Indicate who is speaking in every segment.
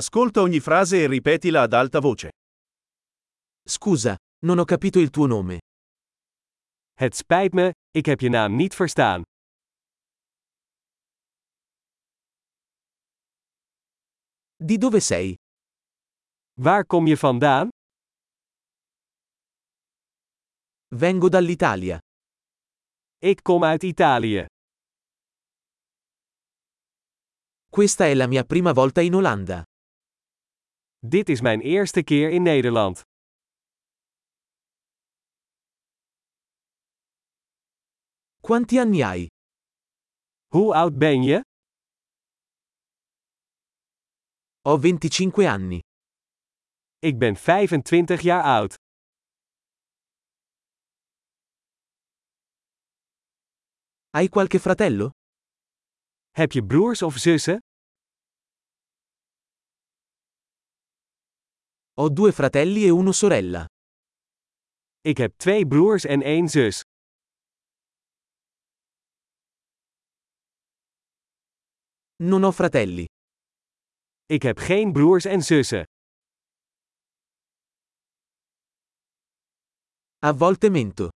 Speaker 1: Ascolta ogni frase e ripetila ad alta voce.
Speaker 2: Scusa, non ho capito il tuo nome.
Speaker 3: Het spijt me, ik heb je naam niet verstaan.
Speaker 2: Di dove sei?
Speaker 3: Waar kom je vandaan?
Speaker 2: Vengo dall'Italia.
Speaker 3: Ik kom uit Italië.
Speaker 2: Questa è la mia prima volta in Olanda.
Speaker 3: Dit is mijn eerste keer in Nederland.
Speaker 2: Quanti anni hai?
Speaker 3: Hoe oud ben je?
Speaker 2: Ho 25 anni.
Speaker 3: Ik ben 25 jaar oud.
Speaker 2: Hai qualche fratello?
Speaker 3: Heb je broers of zussen?
Speaker 2: Ho due fratelli e una sorella.
Speaker 3: Ik heb twee broers en één zus.
Speaker 2: Non ho fratelli.
Speaker 3: Ik heb geen broers en zussen.
Speaker 2: A volte mento.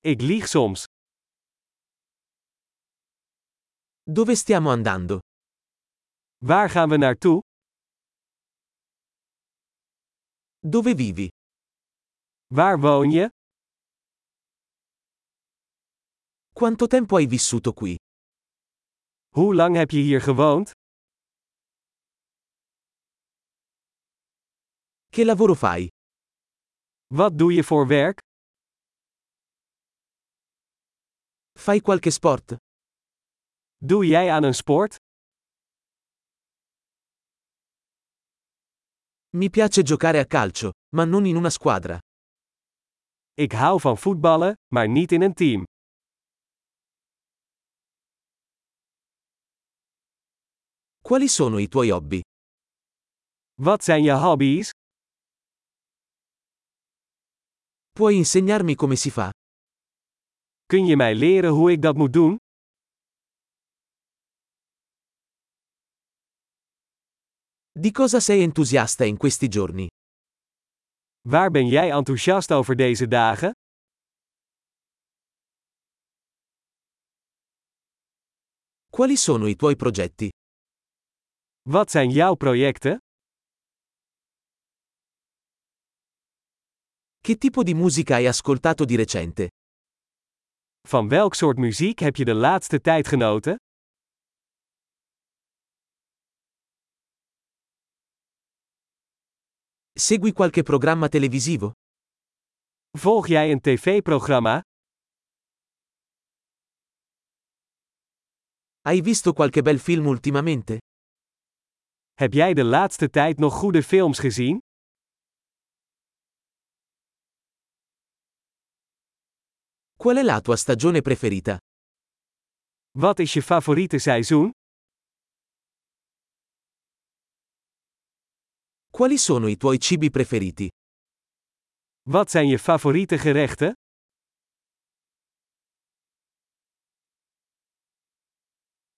Speaker 3: Ik lieg soms.
Speaker 2: Dove stiamo andando?
Speaker 3: Waar gaan we naartoe?
Speaker 2: Dove vivi?
Speaker 3: Waar woon je?
Speaker 2: Quanto tempo hai vissuto qui?
Speaker 3: Hoe lang heb je hier gewoond?
Speaker 2: Che lavoro fai?
Speaker 3: Wat doe je voor werk?
Speaker 2: Fai qualche sport?
Speaker 3: Doe jij aan een sport?
Speaker 2: Mi piace giocare a calcio, ma non in una squadra.
Speaker 3: Ik hou van voetballen, maar niet in een team.
Speaker 2: Quali sono i tuoi hobby?
Speaker 3: Wat zijn je hobby's?
Speaker 2: Puoi insegnarmi come si fa?
Speaker 3: Kun je mij leren hoe ik dat moet doen?
Speaker 2: Di cosa sei entusiasta in questi giorni?
Speaker 3: Waar ben jij enthousiast over deze dagen?
Speaker 2: Quali sono i tuoi progetti?
Speaker 3: Wat zijn jouw projecten?
Speaker 2: Che tipo di musica hai ascoltato di recente?
Speaker 3: Van welk soort muziek heb je de laatste tijd genoten?
Speaker 2: Segui qualche programma televisivo?
Speaker 3: Volg jij een tv-programma?
Speaker 2: Hai visto qualche bel film ultimamente?
Speaker 3: Heb jij de laatste tijd nog goede films gezien?
Speaker 2: Qual è la tua stagione preferita?
Speaker 3: Wat is je favoriete seizoen?
Speaker 2: Quali sono i tuoi cibi preferiti?
Speaker 3: Wat zijn je favoriete gerechten?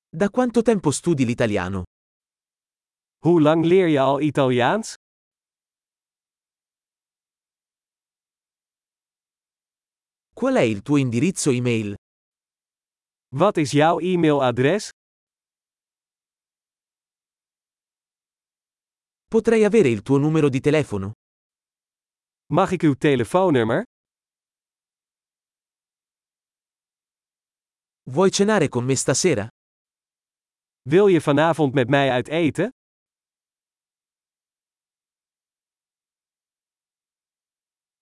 Speaker 2: Da quanto tempo studi l'italiano?
Speaker 3: Hoe lang leer je al Italiaans?
Speaker 2: Qual è il tuo indirizzo email?
Speaker 3: Wat is jouw e-mailadres?
Speaker 2: Potrei avere il tuo numero di telefono?
Speaker 3: Mag ik uw telefoonnummer?
Speaker 2: Vuoi cenare con me stasera?
Speaker 3: Wil je vanavond met mij uit eten?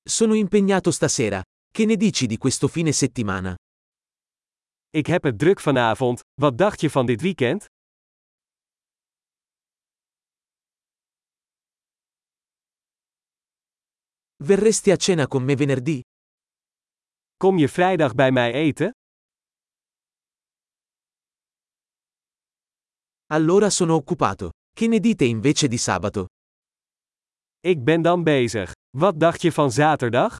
Speaker 2: Sono impegnato stasera. Che ne dici di questo fine settimana?
Speaker 3: Ik heb het druk vanavond, wat dacht je van dit weekend?
Speaker 2: Verresti a cena con me venerdì?
Speaker 3: Kom je vrijdag bij mij eten?
Speaker 2: Allora sono occupato. Che ne dite invece di sabato?
Speaker 3: Ik ben dan bezig. Wat dacht je van zaterdag?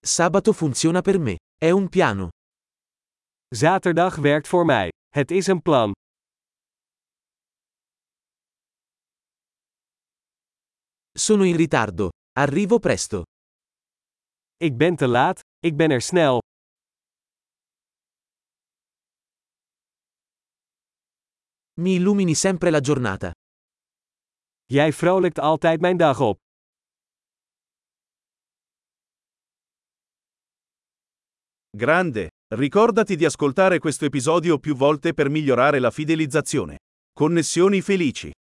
Speaker 2: Sabato funziona per me. È un piano.
Speaker 4: Zaterdag werkt voor mij. Het is een plan.
Speaker 5: Sono in ritardo. Arrivo presto.
Speaker 4: Ik ben te laat, ik ben er snel.
Speaker 5: Mi illumini sempre la giornata.
Speaker 4: Jij vrolijkt altijd mijn dag op.
Speaker 2: Grande. Ricordati di ascoltare questo episodio più volte per migliorare la fidelizzazione. Connessioni felici.